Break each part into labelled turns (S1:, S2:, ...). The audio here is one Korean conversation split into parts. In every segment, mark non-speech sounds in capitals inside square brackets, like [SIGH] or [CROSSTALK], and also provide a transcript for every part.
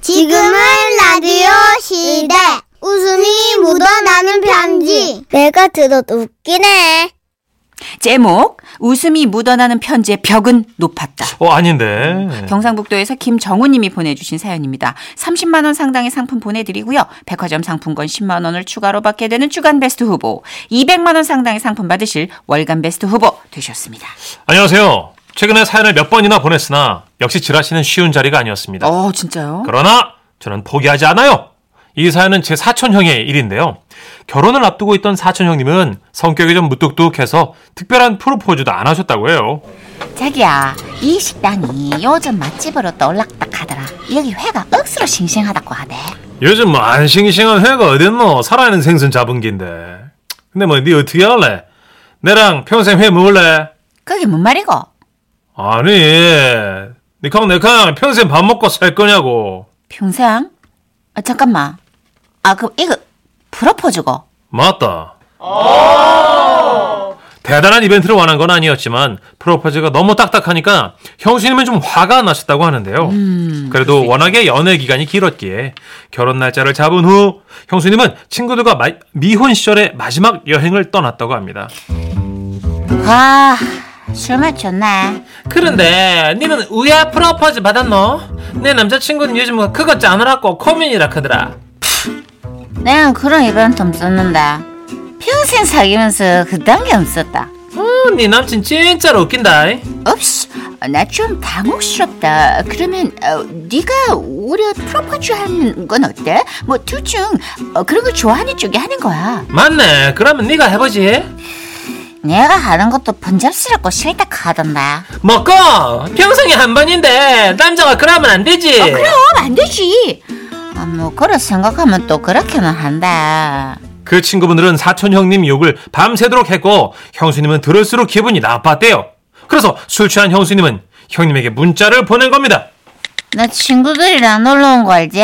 S1: 지금은 라디오 시대. 웃음이 묻어나는 편지. 내가 들어도 웃기네.
S2: 제목 웃음이 묻어나는 편지의 벽은 높았다.
S3: 어 아닌데.
S2: 음. 경상북도에서 김정우님이 보내주신 사연입니다. 30만 원 상당의 상품 보내드리고요. 백화점 상품권 10만 원을 추가로 받게 되는 주간 베스트 후보, 200만 원 상당의 상품 받으실 월간 베스트 후보 되셨습니다.
S3: 안녕하세요. 최근에 사연을 몇 번이나 보냈으나 역시 지라시는 쉬운 자리가 아니었습니다.
S2: 어 진짜요?
S3: 그러나 저는 포기하지 않아요. 이 사연은 제 사촌 형의 일인데요. 결혼을 앞두고 있던 사촌 형님은 성격이 좀 무뚝뚝해서 특별한 프로포즈도 안 하셨다고 해요.
S2: 자기야, 이 식당이 요즘 맛집으로 떠올랐다 하더라. 여기 회가 억수로 싱싱하다고 하대.
S3: 요즘 뭐 안 싱싱한 회가 어딨노? 살아있는 생선 잡은 긴데. 근데 뭐 니 어떻게 할래? 내랑 평생 회 먹을래?
S2: 그게 뭔 말이고?
S3: 아니, 니캉 내캉 평생 밥 먹고 살 거냐고.
S2: 평생? 아, 잠깐만. 아, 그럼 이거 프로포즈고?
S3: 맞다. 대단한 이벤트를 원한 건 아니었지만 프로포즈가 너무 딱딱하니까 형수님은 좀 화가 나셨다고 하는데요. 음, 그래도 워낙에 연애 기간이 길었기에 결혼 날짜를 잡은 후 형수님은 친구들과 마- 미혼 시절의 마지막 여행을 떠났다고 합니다.
S2: 와, 아, 술 마셨네.
S3: 그런데 니는 우야 프로포즈 받았노? 내 남자친구는 요즘 뭐 그것 짜느라고 고민이라 크더라.
S2: 내가 그런 이벤트 없었는데. 평생 사귀면서 그딴 게 없었다.
S3: 네 남친 진짜로 웃긴다.
S2: 없이, 나 좀 당혹스럽다. 그러면 어, 네가 오히려 프로포즈 하는 건 어때? 뭐 둘 중 그런 거 좋아하는 쪽이 하는 거야.
S3: 맞네. 그러면 네가 해보지.
S2: 내가 하는 것도 번잡스럽고 싫다 하던데.
S3: 먹고 평생에 한 번인데 남자가 그러면 안 되지.
S2: 그럼 안 되지. 아, 뭐 그래 생각하면 또 그렇게는 한다.
S3: 그 친구분들은 사촌 형님 욕을 밤새도록 했고 형수님은 들을수록 기분이 나빴대요. 그래서 술 취한 형수님은 형님에게 문자를 보낸 겁니다.
S2: 나 친구들이랑 놀러 온 거 알지?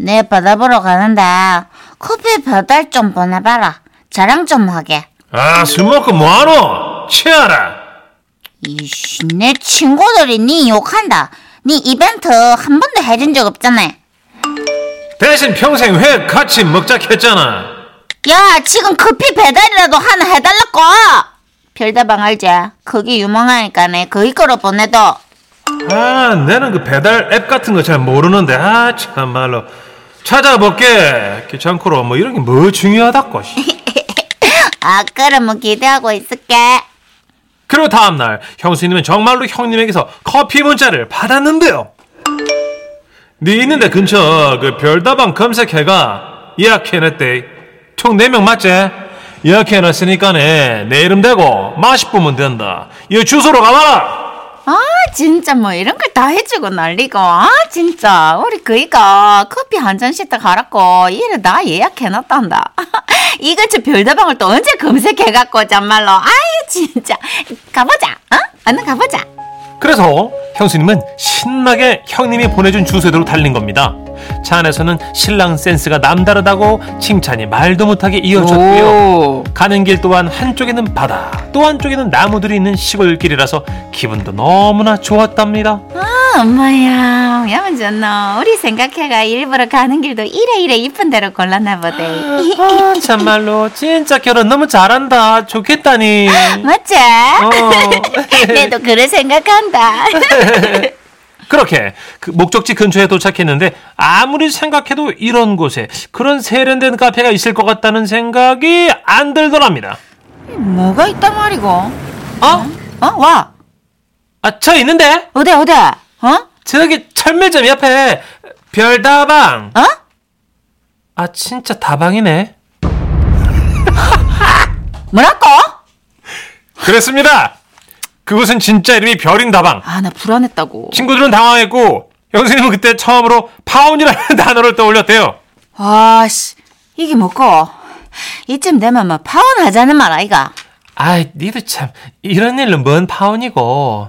S2: 내 바다 보러 가는데 커피 배달 좀 보내봐라. 자랑 좀 하게.
S3: 아 술 먹고 뭐하노? 취하라.
S2: 이씨, 내 친구들이 네 욕한다. 네 이벤트 한 번도 해준 적 없잖아.
S3: 대신 평생 회 같이 먹자 했잖아.
S2: 야, 지금 커피 배달이라도 하나 해달라고! 별다방 알지? 거기 유명하니까 내 거기 거로 보내도.
S3: 아 나는 그 배달 앱 같은 거 잘 모르는데 아 참말로 찾아볼게. 귀찮고로 뭐 이런 게 뭐 중요하다고. 씨.
S2: 아, 그럼 뭐 기대하고 있을게.
S3: 그리고 다음날 형수님은 정말로 형님에게서 커피 문자를 받았는데요. 네 있는데 근처 그 별다방 검색해가 예약해놨대. 총 4명 맞지? 예약해놨으니까네 내 이름 대고 마시보면 된다. 이 주소로 가봐라.
S2: 아, 진짜 뭐 이런 걸 다 해주고 난리고. 아, 진짜. 우리 그이가 커피 한 잔씩 다 가라고. 얘를 나 예약해놨단다. [LAUGHS] 이거저 별다방을 또 언제 검색해갖고, 정말로. 아유, 진짜. 가보자. 어? 얼른 가보자.
S3: 그래서 형수님은 신나게 형님이 보내준 주소대로 달린 겁니다. 차 안에서는 신랑 센스가 남다르다고 칭찬이 말도 못하게 이어졌고요. 가는 길 또한 한쪽에는 바다, 또 한쪽에는 나무들이 있는 시골길이라서 기분도 너무나 좋았답니다.
S2: 아, 엄마야. 야만 좋노. 우리 생각해가 일부러 가는 길도 이래 이래 이쁜 대로 골랐나 [GASPS] 보대.
S3: 아, 참말로 진짜 결혼 너무 잘한다. 좋겠다니. 어.
S2: 맞지? 어. 내도 그래 생각한다.
S3: 그렇게 그 목적지 근처에 도착했는데 아무리 생각해도 이런 곳에 그런 세련된 카페가 있을 것 같다는 생각이 안 들더랍니다.
S2: [LAUGHS] 뭐가 있단 말이고?
S3: 어?
S2: 어? 와.
S3: 아, 저 있는데?
S2: 어디 어디? 어?
S3: 저기 철매점 옆에 별다방.
S2: 어?
S3: 아, 진짜 다방이네.
S2: 뭐라고?
S3: 그랬습니다. 그곳은 진짜 이름이 별인 다방.
S2: 아, 나 불안했다고.
S3: 친구들은 당황했고 형수님은 그때 처음으로 파운이라는 [LAUGHS] 단어를 떠올렸대요.
S2: 아, 씨. 이게 뭐고? 이쯤 되면 뭐 파혼하자는 말 아이가?
S3: 아이, 니도 참 이런 일로 뭔 파운이고.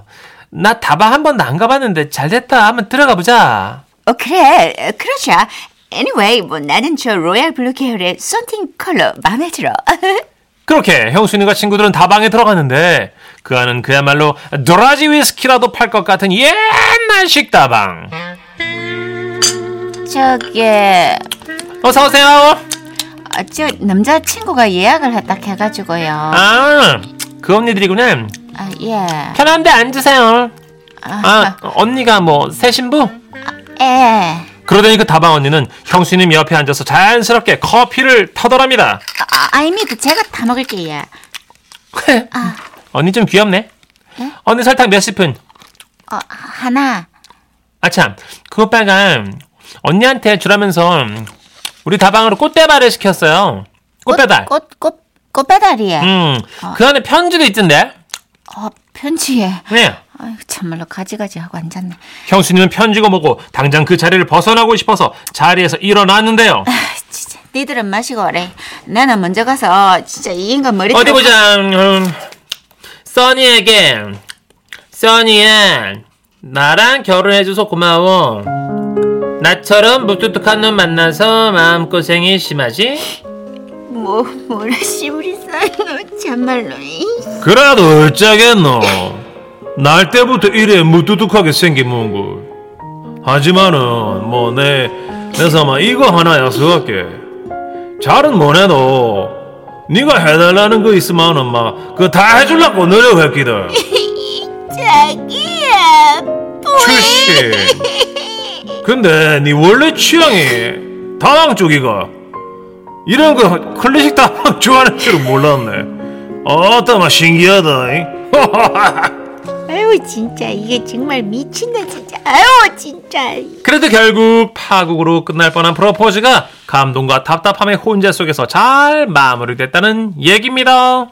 S3: 나 다방 한 번도 안 가봤는데 잘 됐다. 한번 들어가 보자.
S2: 어, 그래. 어, 그러자. Anyway, 뭐 나는 저 로얄 블루 계열의 썬팅 컬러 마음에 들어.
S3: 그렇게 형수님과 친구들은 다방에 들어갔는데 그 안은 그야말로 도라지 위스키라도 팔 것 같은 옛날식 다방.
S4: [LAUGHS] 저기
S3: 어서 오세요.
S4: 아, 저 남자친구가 예약을 했다 해가지고요. 아,
S3: 아, 그 언니들이구나.
S4: 예.
S3: 편한데 앉으세요.
S4: 아,
S3: 아, 언니가 뭐 새 신부?
S4: 예.
S3: 그러더니 그 다방 언니는 형수님 옆에 앉아서 자연스럽게 커피를 타더랍니다. [LAUGHS]
S4: 아, 아닙니다. 제가 다 먹을게요. 아,
S3: 언니 좀 귀엽네.
S4: 응?
S3: 언니 설탕 몇 스푼?
S4: 어, 하나.
S3: 아참, 그 오빠가 언니한테 주라면서 우리 다방으로 꽃대발을 시켰어요. 꽃배달.
S4: 꽃, 꽃, 꽃배달이에요.
S3: 음, 그 안에 편지도 있던데.
S4: 어, 편지에.
S3: 네.
S4: 아유, 참말로 가지가지 하고 앉았네.
S3: 형수님은 편지고 뭐고 당장 그 자리를 벗어나고 싶어서 자리에서 일어났는데요.
S4: 아, 진짜. 니들은 마시고 오래. 나는 먼저 가서 진짜 이 인간
S2: 네,
S4: 머리
S3: 어디
S4: 털-
S3: 보자. 음, 써니에게 써니야 나랑 결혼해줘서 고마워. 나처럼 무뚝뚝한 놈 만나서 마음고생이 심하지?
S4: 뭐, 뭐라 씨부리 싸이노. 참말로. 이.
S3: 그래도 어쩌겠노. 날 때부터 이래 무뚝뚝하게 생긴 몽구. 하지만은 뭐 내 내 삼아 이거 하나 약속할게. 잘은 못해도 네가 해달라는 거 있으면은 막 그 다 해줄라고 노력했기다.
S4: 자기야.
S3: 출신. 근데 네 원래 취향이 다방 쪽이가 이런 거 클래식 다방 좋아하는 줄은 몰랐네. 아따마 신기하다. [LAUGHS] 잉?
S4: 아유, 진짜. 이게 정말 미친다, 진짜. 아유, 진짜.
S3: 그래도 결국 파국으로 끝날 뻔한 프로포즈가 감동과 답답함의 혼재 속에서 잘 마무리됐다는 얘기입니다.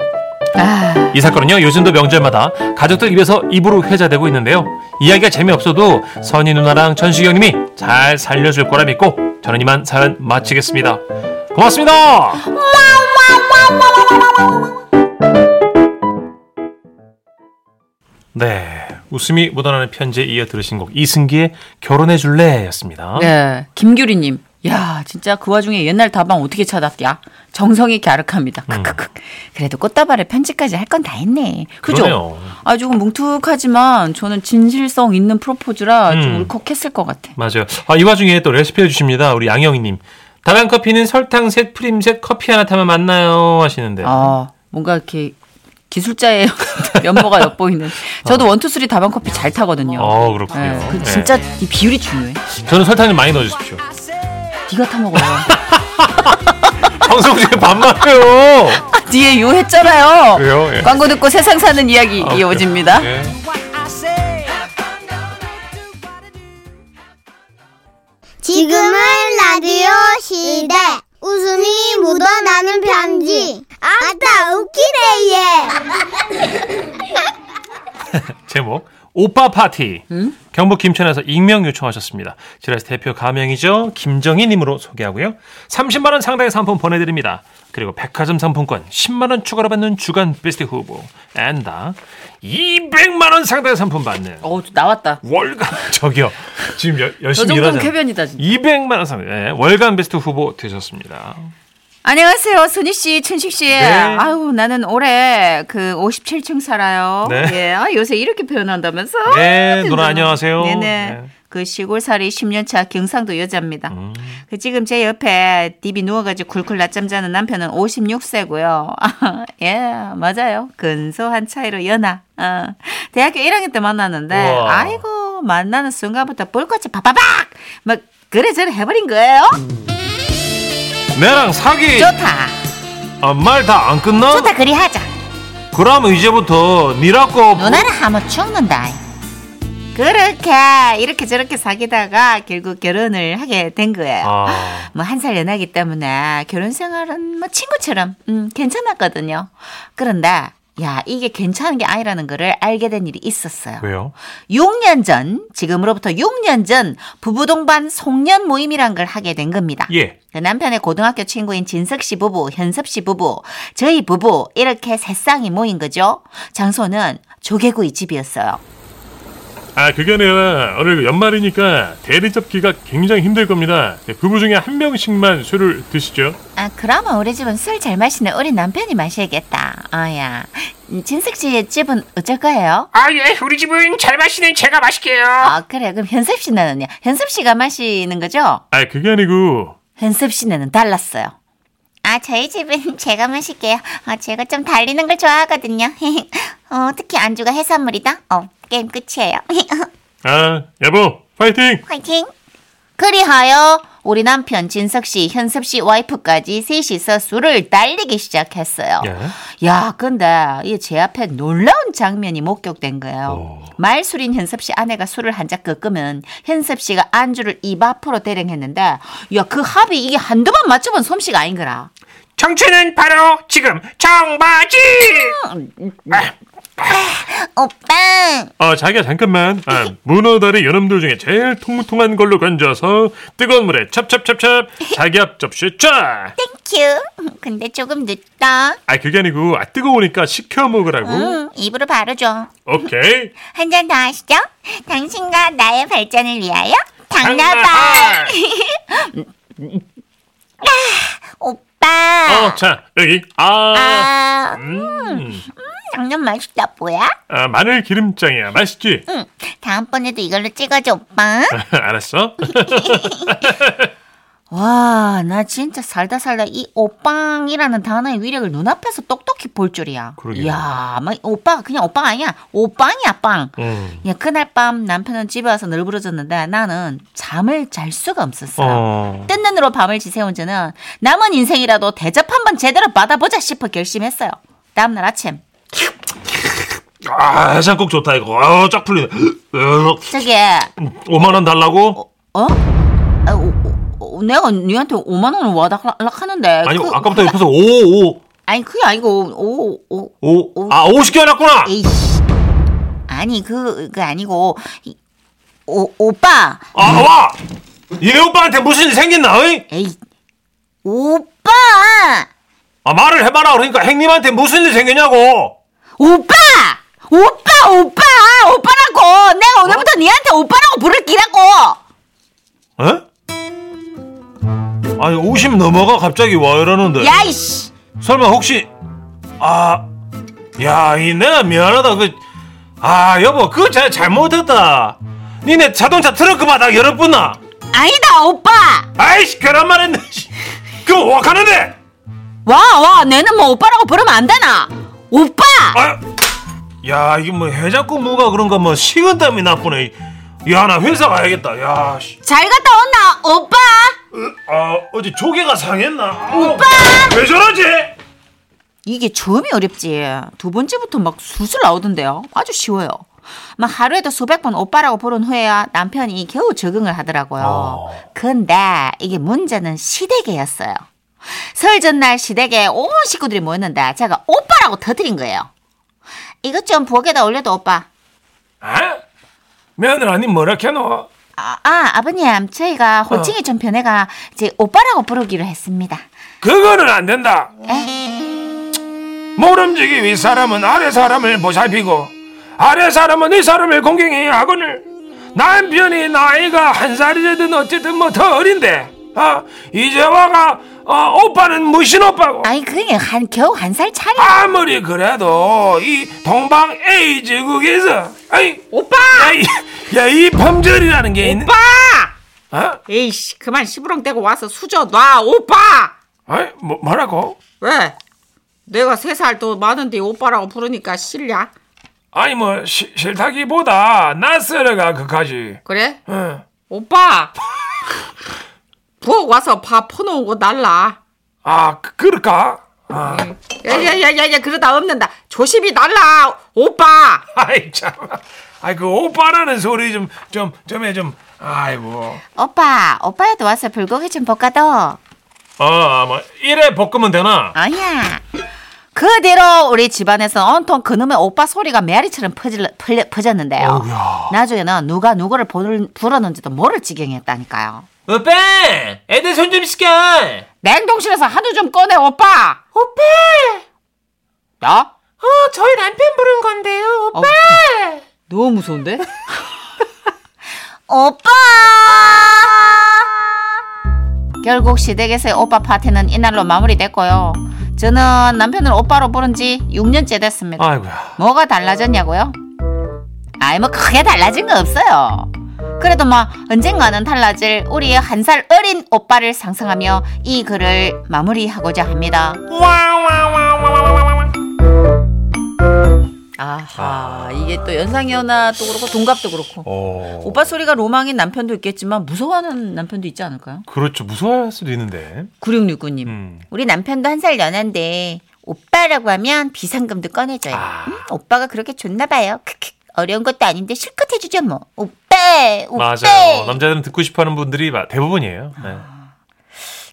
S4: 아.
S3: 이 사건은요 요즘도 명절마다 가족들 입에서 입으로 회자되고 있는데요. 이야기가 재미없어도 선희 누나랑 천식형님이 잘 살려줄 거라 믿고 저는 이만 사연 마치겠습니다. 고맙습니다. 네, 웃음이 묻어나는 편지에 이어 들으신 곡 이승기의 결혼해줄래였습니다.
S2: 네, 김규리님. 야, 진짜 그 와중에 옛날 다방 어떻게 찾았냐? 정성이 갸륵합니다. 크크크. 그래도 꽃다발에 편지까지 할 건 다 했네. 그죠?
S3: 그러네요.
S2: 아, 조금 뭉툭하지만 저는 진실성 있는 프로포즈라 좀
S3: 음.
S2: 울컥했을 것 같아.
S3: 맞아요. 아, 이 와중에 또 레시피 해주십니다. 우리 양영희님. 다방 커피는 설탕 셋, 프림 셋, 커피 하나 타면 만나요 하시는데.
S2: 아, 뭔가 이렇게 기술자의 [LAUGHS] 면모가 엿보이는. 저도 원투쓰리 다방 커피 잘 타거든요.
S3: 어, 그렇군요.
S2: 예, 그
S3: 네.
S2: 진짜 이 비율이 중요해.
S3: 저는 설탕 좀 많이 넣어주십시오.
S2: 네가 타 먹어요.
S3: 방송 중에
S2: [LAUGHS]
S3: 반말해요.
S2: [LAUGHS] 뒤에 요 했잖아요.
S3: 왜요? 예.
S2: 광고 듣고 세상 사는 이야기
S3: 아,
S2: 이어집니다.
S3: 예.
S1: 지금은 라디오 시대. 웃음이 묻어나는 편지. 아따, 웃기네, 얘.
S3: 제목 오빠 파티. 경북 김천에서 익명 요청하셨습니다. 지라스 대표 가명이죠. 김정희님으로 소개하고요. 30만 원 상당의 상품 보내드립니다. 그리고 백화점 상품권 10만 원 추가로 받는 주간 베스트 후보 앤다 200만 원 상당의 상품 받는
S2: 어, 나왔다.
S3: 월간 [LAUGHS] 저기요 지금 여-
S2: 저
S3: 열심히
S2: 정도면
S3: 일하잖아요.
S2: 쾌변이다 진짜.
S3: 200만 원 상당 예, 월간 베스트 후보 되셨습니다.
S2: 안녕하세요, 순희 씨, 춘식 씨.
S3: 네.
S2: 아우 나는 올해 그 57층 살아요.
S3: 네.
S2: 예, 아, 요새 이렇게 표현한다면서?
S3: 네, 누나 안녕하세요.
S2: 네네.
S3: 네.
S2: 그 시골살이 10년차 경상도 여자입니다.
S3: 음.
S2: 그 지금 제 옆에 디비 누워가지고 굴굴 낮잠 자는 남편은 56세고요. [LAUGHS] 예, 맞아요. 근소한 차이로 연하. 어. 대학교 1학년 때 만났는데,
S3: 우와.
S2: 아이고, 만나는 순간부터 볼꽃이 바바박! 막, 그래저래 해버린 거예요.
S3: 내랑 사귀 어,
S2: 좋다.
S3: 말 다 안 끝나?
S2: 좋다, 그리 하자.
S3: 그럼 이제부터 니라고
S2: 누나를 하면 죽는다. 그렇게 이렇게 저렇게 사귀다가 결국 결혼을 하게 된 거예요.
S3: 아,
S2: 뭐 한 살 연하기 때문에 결혼 생활은 뭐 친구처럼 음, 괜찮았거든요. 그런데 야 이게 괜찮은 게 아니라는 거를 알게 된 일이 있었어요.
S3: 왜요?
S2: 6년 전 지금으로부터 6년 전 부부 동반 송년 모임이란 걸 하게 된 겁니다.
S3: 예.
S2: 그 남편의 고등학교 친구인 진석 씨 부부, 현섭 씨 부부, 저희 부부 이렇게 세 쌍이 모인 거죠. 장소는 조개구이 집이었어요.
S5: 아 그게 아니라 오늘 연말이니까 대리 잡기가 굉장히 힘들 겁니다. 네, 부부 중에 한 명씩만 술을 드시죠.
S2: 아, 그러면 우리 집은 술 잘 마시는 우리 남편이 마셔야겠다. 아야, 음, 진석 씨의 집은 어쩔 거예요?
S6: 아, 예, 우리 집은 잘 마시는 제가 마실게요.
S2: 아 그래 그럼 현섭 씨는요? 현섭 씨가 마시는 거죠?
S5: 아 그게 아니고
S2: 현섭 씨는 달랐어요.
S1: 아, 저희
S2: [LAUGHS]
S1: 집은 제가 마실게요. 아, 제가 좀 달리는 걸 좋아하거든요. 어, 특히 안주가 해산물이다. 어, 게임
S2: [LAUGHS]
S1: 끝이에요.
S5: 아 여보 파이팅
S1: 화이팅!
S2: 그리하여 우리 남편 진석 씨, 현섭 씨 와이프까지 셋이서 술을 달리기 시작했어요.
S5: 예.
S2: 야, 근데 이 제 앞에 놀라운 장면이 목격된 거예요. 말술인 현섭 씨 아내가 술을 한 잔 끄끄면 현섭 씨가 안주를 입 앞으로 대령했는데 야, 그 합이 이게 한두 번 맞춰본 솜씨가 아닌 거라.
S6: 청춘은 바로 지금 청바지.
S1: 어, 오빠!
S5: 아 자기야 잠깐만 아, 문어 다리 요놈들 중에 제일 통통한 걸로 건져서 뜨거운 물에 찹찹찹찹 자기 앞 접시 쫙아
S1: 큐! 근데 조금 늦다.
S5: 그게 아니고 아 뜨거우니까 식혀 먹으라고
S1: 음, 입으로 바르죠.
S5: 오케이
S1: 한 잔 더 하시죠. 당신과 나의 발전을 위하여 당나발!
S5: 장나발.
S1: 오빠!
S5: 어, 자 여기 아,
S1: 아,
S5: 음.
S1: 당면 맛있다, 뭐야?
S5: 아 마늘 기름장이야 맛있지
S1: 응, 다음번에도 이걸로 찍어줘,
S5: [LAUGHS]
S1: 오빠.
S5: 네. 알았어
S2: 와, 나 진짜 살다 살다 이 오빵이라는 단어의 위력을 눈앞에서 똑똑히 볼 줄이야.
S5: 그러게요.
S2: 야, 막 오빠 그냥 오빵 아니야. 오빵이야, 빵.
S5: 음.
S2: 야, 그날 밤 남편은 집에 와서 늘부러졌는데 나는 잠을 잘 수가 없었어요.
S5: 어.
S2: 뜬 눈으로 밤을 지새운 저는 남은 인생이라도 대접 한번 제대로 받아보자 싶어 결심했어요. 다음날 아침.
S3: 아, 해장국 좋다 이거. 아, 쫙 풀리네. 으,
S2: 저기,
S3: 5만 원 달라고?
S2: 어? 아, 오, 오, 오, 내가 니한테 5만원을 와달락 하는데.
S3: 아니,
S2: 그,
S3: 아까부터 옆에서
S2: [LAUGHS]
S3: 5, 5,
S2: 아니, 그게 아니고, 오, 오,
S3: 5. 아, 50개 해놨구나.
S2: 에이씨. 아니 그, 그 아니고 이- 오, 오빠
S3: 아, 와. 얘 오빠한테 무슨 일 생겼나? 어이?
S2: 에이 오빠
S3: 아, 말을 해봐라. 그러니까 행님한테 무슨 일 생겼냐고.
S2: 오빠 오빠 오빠 오빠라고 내가 오늘부터
S3: 어?
S2: 니한테 오빠라고 부를 기라고
S3: 에? 아니, 50 넘어가 갑자기 와 이러는데.
S2: 야이씨
S3: 설마 혹시 아, 야, 이 내가 미안하다. 그, 아, 여보, 그거 잘 잘못했다. 니네 자동차 트렁크 바닥 열었구나.
S2: 아니다 오빠
S3: 아이씨, 그런 말 했네. 씨. 그럼 욕하는데.
S2: 와 와 내는 뭐 오빠라고 부르면 안 되나 오빠
S3: 아, 야, 이게 뭐 해장국 뭐가 그런가 뭐 식은땀이 나쁘네. 야, 나 회사 가야겠다. 야, 씨.
S2: 잘 갔다 온나 오빠
S3: 아, 어제 조개가 상했나? 오빠! 왜 저러지?
S2: 이게 처음이 어렵지. 두 번째부터 막 술술 나오던데요. 아주 쉬워요. 막 하루에도 수백 번 오빠라고 부른 후에야 남편이 겨우 적응을 하더라고요. 근데 이게 문제는 시댁에였어요. 설 전날 시댁에 온 식구들이 모였는데 제가 오빠라고 터뜨린 거예요. 이것 좀 부엌에다 올려도 오빠.
S3: 아? 며느라니 뭐라 캐노?
S2: 아, 아 아버님 저희가 호칭이 좀 변해가 이제 오빠라고 부르기로 했습니다.
S3: 그거는 안 된다. 모름지기 위 사람은 아래 사람을 보살피고 아래 사람은 위 사람을 공경히 하거늘 남편이 나이가 한 살이든 어쨌든 뭐 더 어린데 아 이제 와가 어, 오빠는 무신 오빠고
S2: 아니 그게 한 겨우 한 살 차이.
S3: 아무리 그래도 이 동방 에이지국에서 아이 오빠 야이 범절이라는 게 있는
S2: 오빠!
S3: 어?
S2: 에이씨 그만 시부렁대고 와서 수저 놔 오빠
S3: 아이 뭐, 뭐라고
S2: 왜 내가 세 살 더 많은데 오빠라고 부르니까 싫냐
S3: 아니 뭐 시, 싫다기보다 낯설어가 그까지
S2: 그래
S3: 응.
S2: 오빠 부엌 와서 밥 퍼놓은 거 날라
S3: 아 그- 그럴까? [LAUGHS] 아,
S2: 야야야야야 그러다 없는다 조심히 날라 오빠
S3: 아이 참, 아이 그 오빠라는 소리 좀 좀 좀 해 좀. 아이고.
S2: 오빠 오빠야도 와서 불고기 좀 볶아둬
S3: 어,
S5: 아, 뭐 이래 볶으면 되나?
S2: 아니야 그 뒤로 우리 집안에서 온통 그놈의 오빠 소리가 메아리처럼 퍼질, 퍼 퍼졌는데요 나중에는 누가 누구를 부를- 불었는지도 모를 지경이었다니까요
S6: 오빠, 애들 손 좀 시켜.
S2: 냉동실에서 한우 좀 꺼내 오빠.
S6: 오빠,
S2: 야?
S6: 어, 저희 남편 부른 건데요. 오빠.
S2: 너무 무서운데?
S1: 오빠!
S2: 결국 시댁에서의 오빠 파티는 이날로 마무리됐고요. 저는 남편을 오빠로 부른 지 6년째 됐습니다.
S3: 아이고야.
S2: 뭐가 달라졌냐고요? 아이 뭐 크게 달라진 거 없어요. 그래도 뭐 언젠가는 달라질 우리의 한 살 어린 오빠를 상상하며 이 글을 마무리하고자 합니다.
S4: 아하 이게 또 연상연하도 그렇고 동갑도 그렇고
S3: 어.
S4: 오빠 소리가 로망인 남편도 있겠지만 무서워하는 남편도 있지 않을까요?
S3: 그렇죠. 무서워할 수도 있는데.
S4: 9669님
S3: 음.
S4: 우리 남편도 한 살 연한데 오빠라고 하면 비상금도 꺼내줘요.
S3: 아.
S4: 음, 오빠가 그렇게 좋나 봐요. 크크. 어려운 것도 아닌데 실컷 해주죠 뭐. 오빠. 오빠.
S3: 맞아요. 남자들은 듣고 싶어하는 분들이 마- 대부분이에요. 네.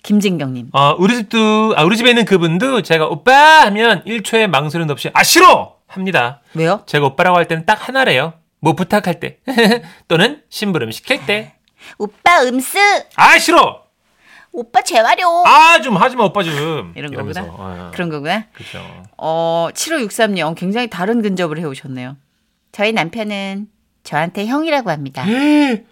S4: 김진경님.
S3: 아, 우리 집도 아, 우리 집에 있는 그분도 제가 오빠 하면 1초의 망설임도 없이 아 싫어 합니다.
S4: 왜요?
S3: 제가 오빠라고 할 때는 딱 하나래요. 뭐 부탁할 때 [LAUGHS] 또는 심부름 시킬 때 아
S4: 오빠 음수.
S3: 싫어.
S4: 오빠 재활용.
S3: 아 좀 하지 마 오빠 좀
S2: 이런
S3: 이러면서.
S2: 거구나.
S3: 어,
S2: 그런 거구나.
S3: 그렇죠.
S2: 어, 7563님 어, 굉장히 다른 근접을 해오셨네요. 저희 남편은 저한테 형이라고 합니다.
S3: 예!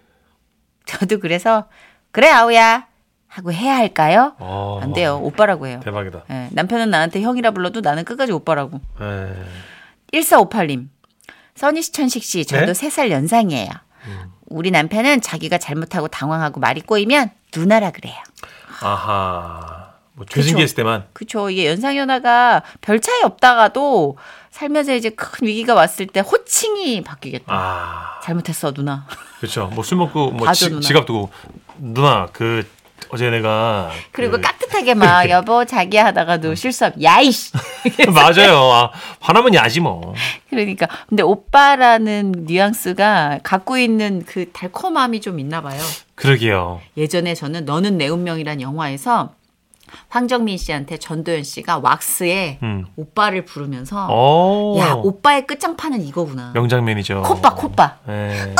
S2: 저도 그래서 그래 아우야 하고 해야 할까요?
S3: 어,
S2: 안 돼요. 오빠라고 해요.
S3: 대박이다.
S2: 예, 남편은 나한테 형이라 불러도 나는 끝까지 오빠라고.
S3: 에.
S2: 1458님. 써니 씨, 천식 씨,
S3: 네? 음.
S2: 저도 세 3살 연상이에요. 우리 남편은 자기가 잘못하고 당황하고 말이 꼬이면 누나라 그래요.
S3: 아하. 뭐 죄진기 했을 때만
S2: 그쵸. 이게 연상연하가 별 차이 없다가도 살면서 이제 큰 위기가 왔을 때 호칭이 바뀌겠다.
S3: 아
S2: 잘못했어, 누나.
S3: 그렇죠. 뭐 술 먹고 뭐
S2: 봐줘,
S3: 지,
S2: 누나.
S3: 지갑 두고 누나 그 어제 내가
S2: [LAUGHS] 그리고
S3: 그-
S2: 깍듯하게
S3: [LAUGHS]
S2: 막 여보 자기야
S3: 음.
S2: 하다가도 실수하면 야이씨.
S3: 맞아요. 아, 화나면 야지 뭐.
S2: 그러니까 근데 오빠라는 뉘앙스가 갖고 있는 그 달콤함이 좀 있나 봐요.
S3: 그러게요.
S2: 예전에 저는 너는 내 운명이란 영화에서 황정민 씨한테 전도연 씨가 왁스에
S3: 음. 어.
S2: 오빠를 부르면서 어.
S3: 오.
S2: 야 오빠의 끝장판은 이거구나.
S3: 명장면이죠.
S2: 콧바 어. 콧바
S3: 예.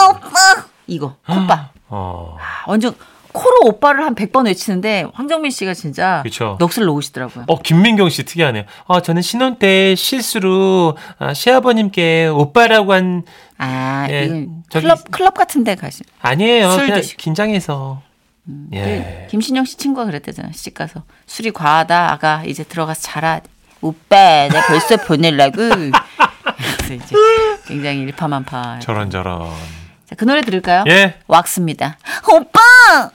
S2: 이거 콧바
S3: 어.
S2: 아, 완전 코로 오빠를 한 100번 외치는데 황정민 씨가 진짜
S3: 그쵸.
S2: 넋을 놓으시더라고요.
S3: 어, 김민경 씨 특이하네요. 아, 저는 신혼 때 실수로 아, 시아버님께 오빠라고 한
S2: 아
S3: 예,
S2: 이건
S3: 저기-
S2: 클럽 클럽 같은데 가시.
S3: 아니에요.
S2: 술
S3: 그냥
S2: 드시고. 음, 네.
S3: 긴장해서. 예.
S2: 김신영 씨 친구가 그랬대잖아. 시집 가서 술이 과하다. 아가 이제 들어가서 자라. 오빠 나 벌써 보내려고. 그래서 이제 굉장히 일파만파.
S3: 저런 저런.
S2: 자, 그 노래 들을까요?
S3: 예.
S2: 왁스입니다.
S1: 오빠!